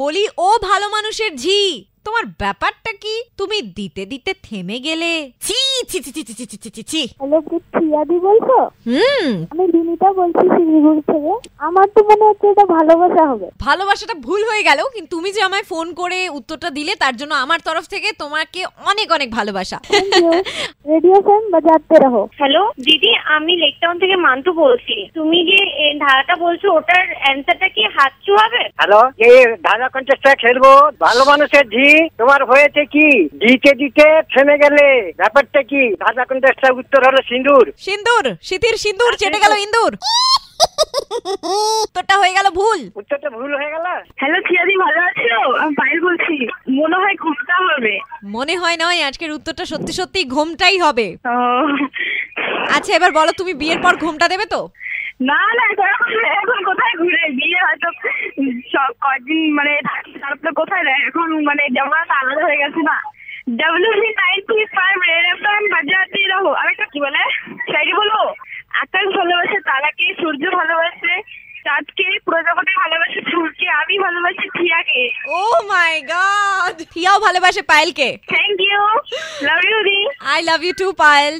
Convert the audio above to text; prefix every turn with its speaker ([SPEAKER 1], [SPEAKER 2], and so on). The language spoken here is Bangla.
[SPEAKER 1] বলি ও ভালো মানুষের ঝি তোমার ব্যাপারটা কি তুমি দিতে দিতে থেমে গেলে ছি ছি ছি ছি ছি, ছি ছি ছি, ছি ছি
[SPEAKER 2] হ্যালো কি প্রিয়াদি বলছো
[SPEAKER 1] হুম
[SPEAKER 2] আমি বিনিতা বলছি শিলিগুড়ি থেকে আমার তো মনে হচ্ছে এটা ভালোবাসা হবে
[SPEAKER 1] ভালোবাসাটা ভুল হয়ে গেল কিন্তু তুমি যে আমায় ফোন করে উত্তরটা দিলে তার জন্য আমার তরফ থেকে তোমাকে অনেক অনেক ভালোবাসা
[SPEAKER 2] রেডিও ফ্যান বাজাতে রহো
[SPEAKER 3] হ্যালো দিদি আমি লেক টাউন থেকে মান্তু বলছি তুমি যে এ, ধারাটা বলছো ওটার অ্যান্সারটা কি হাত হবে
[SPEAKER 4] হ্যালো এ ধারা কন্টেস্টটা খেলবো ভালো মানুষের ঝি তোমার হয়েছে কি দিতে দিতে থেমে গেলে ব্যাপারটা কি ধারা কন্টেস্টটা উত্তর হলো সিন্দুর
[SPEAKER 1] সিন্দুর শীতির সিন্দুর চেটে গেল ইন্দুর উত্তরটা হয়ে গেল ভুল
[SPEAKER 4] উত্তরটা ভুল হয়ে গেল
[SPEAKER 3] হ্যালো থিয়াদি ভালো আছো আমি পায়েল বলছি মনে হয় ঘুমটা হবে
[SPEAKER 1] মনে হয় নয় আজকের উত্তরটা সত্যি সত্যি ঘোমটাই হবে আচ্ছা এবার বলো তুমি বিয়ের পর ঘোমটা দেবে তো
[SPEAKER 3] না না এখন কোথায় ঘুরে বিয়ে হয়তো সব কদিন মানে থাকি তারপরে কোথায় দেয় এখন মানে জমানাটা আলাদা হয়ে গেছে না W C nine three five red F M বাজাতে রহো আমি একটা কি বলে সাইডে বলবো আকাশ ভালোবাসে তারাকে সূর্য ভালোবাসে চাঁদকে প্রজাপতি ভালোবাসে ফুলকে আমি ভালোবাসি থিয়াকে
[SPEAKER 1] ও মাই গড থিয়াও ভালোবাসে পায়েলকে
[SPEAKER 3] থ্যাংক ইউ লাভ ইউ দি
[SPEAKER 1] I love you too Payel